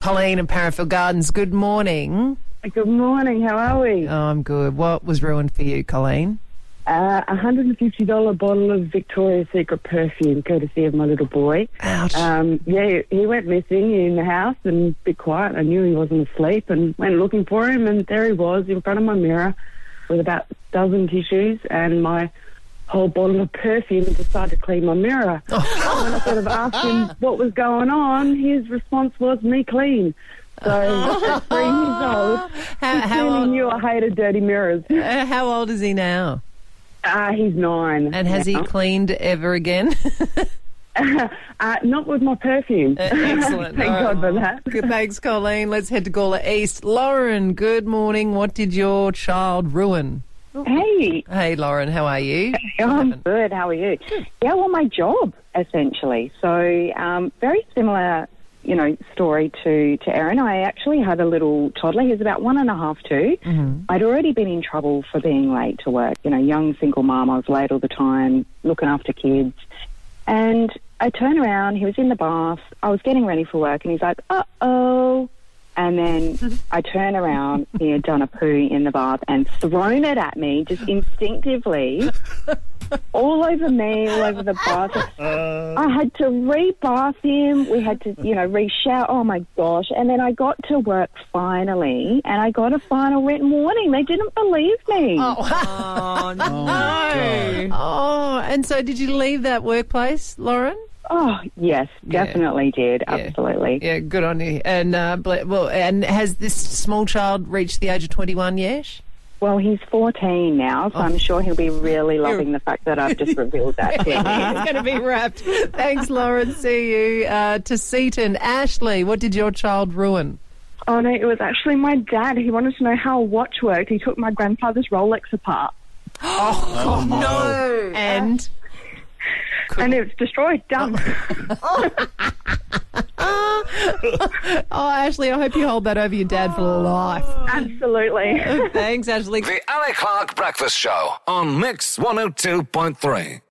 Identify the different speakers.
Speaker 1: Pauline in Parafield Gardens, good morning.
Speaker 2: Good morning. How are we?
Speaker 1: Oh, I'm good. What was ruined for you, Colleen?
Speaker 2: Uh, A hundred and fifty dollar bottle of Victoria's Secret perfume, courtesy of my little boy.
Speaker 1: Ouch.
Speaker 2: Um, yeah, he went missing in the house and a bit quiet. I knew he wasn't asleep and went looking for him, and there he was in front of my mirror with about a dozen tissues and my whole bottle of perfume and decided to clean my mirror.
Speaker 1: Oh.
Speaker 2: And when I sort of asked him what was going on, his response was, me clean. So, at three years old,
Speaker 1: how,
Speaker 2: he
Speaker 1: how,
Speaker 2: clearly
Speaker 1: old,
Speaker 2: knew I hated dirty mirrors.
Speaker 1: uh, how old is he now?
Speaker 2: Ah, he's nine.
Speaker 1: And has he
Speaker 3: Uh,
Speaker 2: now.
Speaker 1: cleaned ever again?
Speaker 2: Uh, not with my perfume.
Speaker 1: Uh, Excellent.
Speaker 2: Thank
Speaker 1: All right.
Speaker 2: God for that.
Speaker 1: Good, thanks, Colleen. Let's head to Gawler East. Lauren, good morning. What did your child ruin?
Speaker 3: Hey,
Speaker 1: Hey, Lauren, how are you?
Speaker 3: I'm good. How are you? Yeah, well, my job essentially. So um, very similar, you know, story to to Erin. I actually had a little toddler. He was about one and a half, two.
Speaker 1: Mm-hmm.
Speaker 3: I'd already been in trouble for being late to work. You know, young single mom. I was late all the time, looking after kids. And I turn around. He was in the bath. I was getting ready for work, and he's like, "Uh oh." And then I turn around, he had done a poo in the bath and thrown it at me just instinctively, all over me, all over the bath. I had to re-bath him. We had to, you know, re-shower. Oh my gosh! And then I got to work finally, and I got a final written warning. They didn't believe me.
Speaker 2: Oh,
Speaker 4: God.
Speaker 1: Oh, and so did you leave that workplace, Lauren?
Speaker 3: Oh, yes, definitely did. Absolutely.
Speaker 1: Yeah, good on you. And uh, ble- well, and has this small child reached the age of 21 yet?
Speaker 3: Well, he's 14 now, so I'm sure he'll be really loving the fact that I've just revealed that to him.
Speaker 1: It's going to be wrapped. Thanks, Lauren. See you uh, to Seaton. Ashley, what did your child ruin?
Speaker 5: Oh no, it was actually my dad. He wanted to know how a watch worked. He took my grandfather's Rolex apart
Speaker 4: Oh, no.
Speaker 1: And
Speaker 5: and it's destroyed. Done.
Speaker 1: oh, Ashley, I hope you hold that over your dad for life.
Speaker 5: Absolutely.
Speaker 1: Thanks, Ashley.
Speaker 6: The Alec Clark Breakfast Show on Mix 102.3.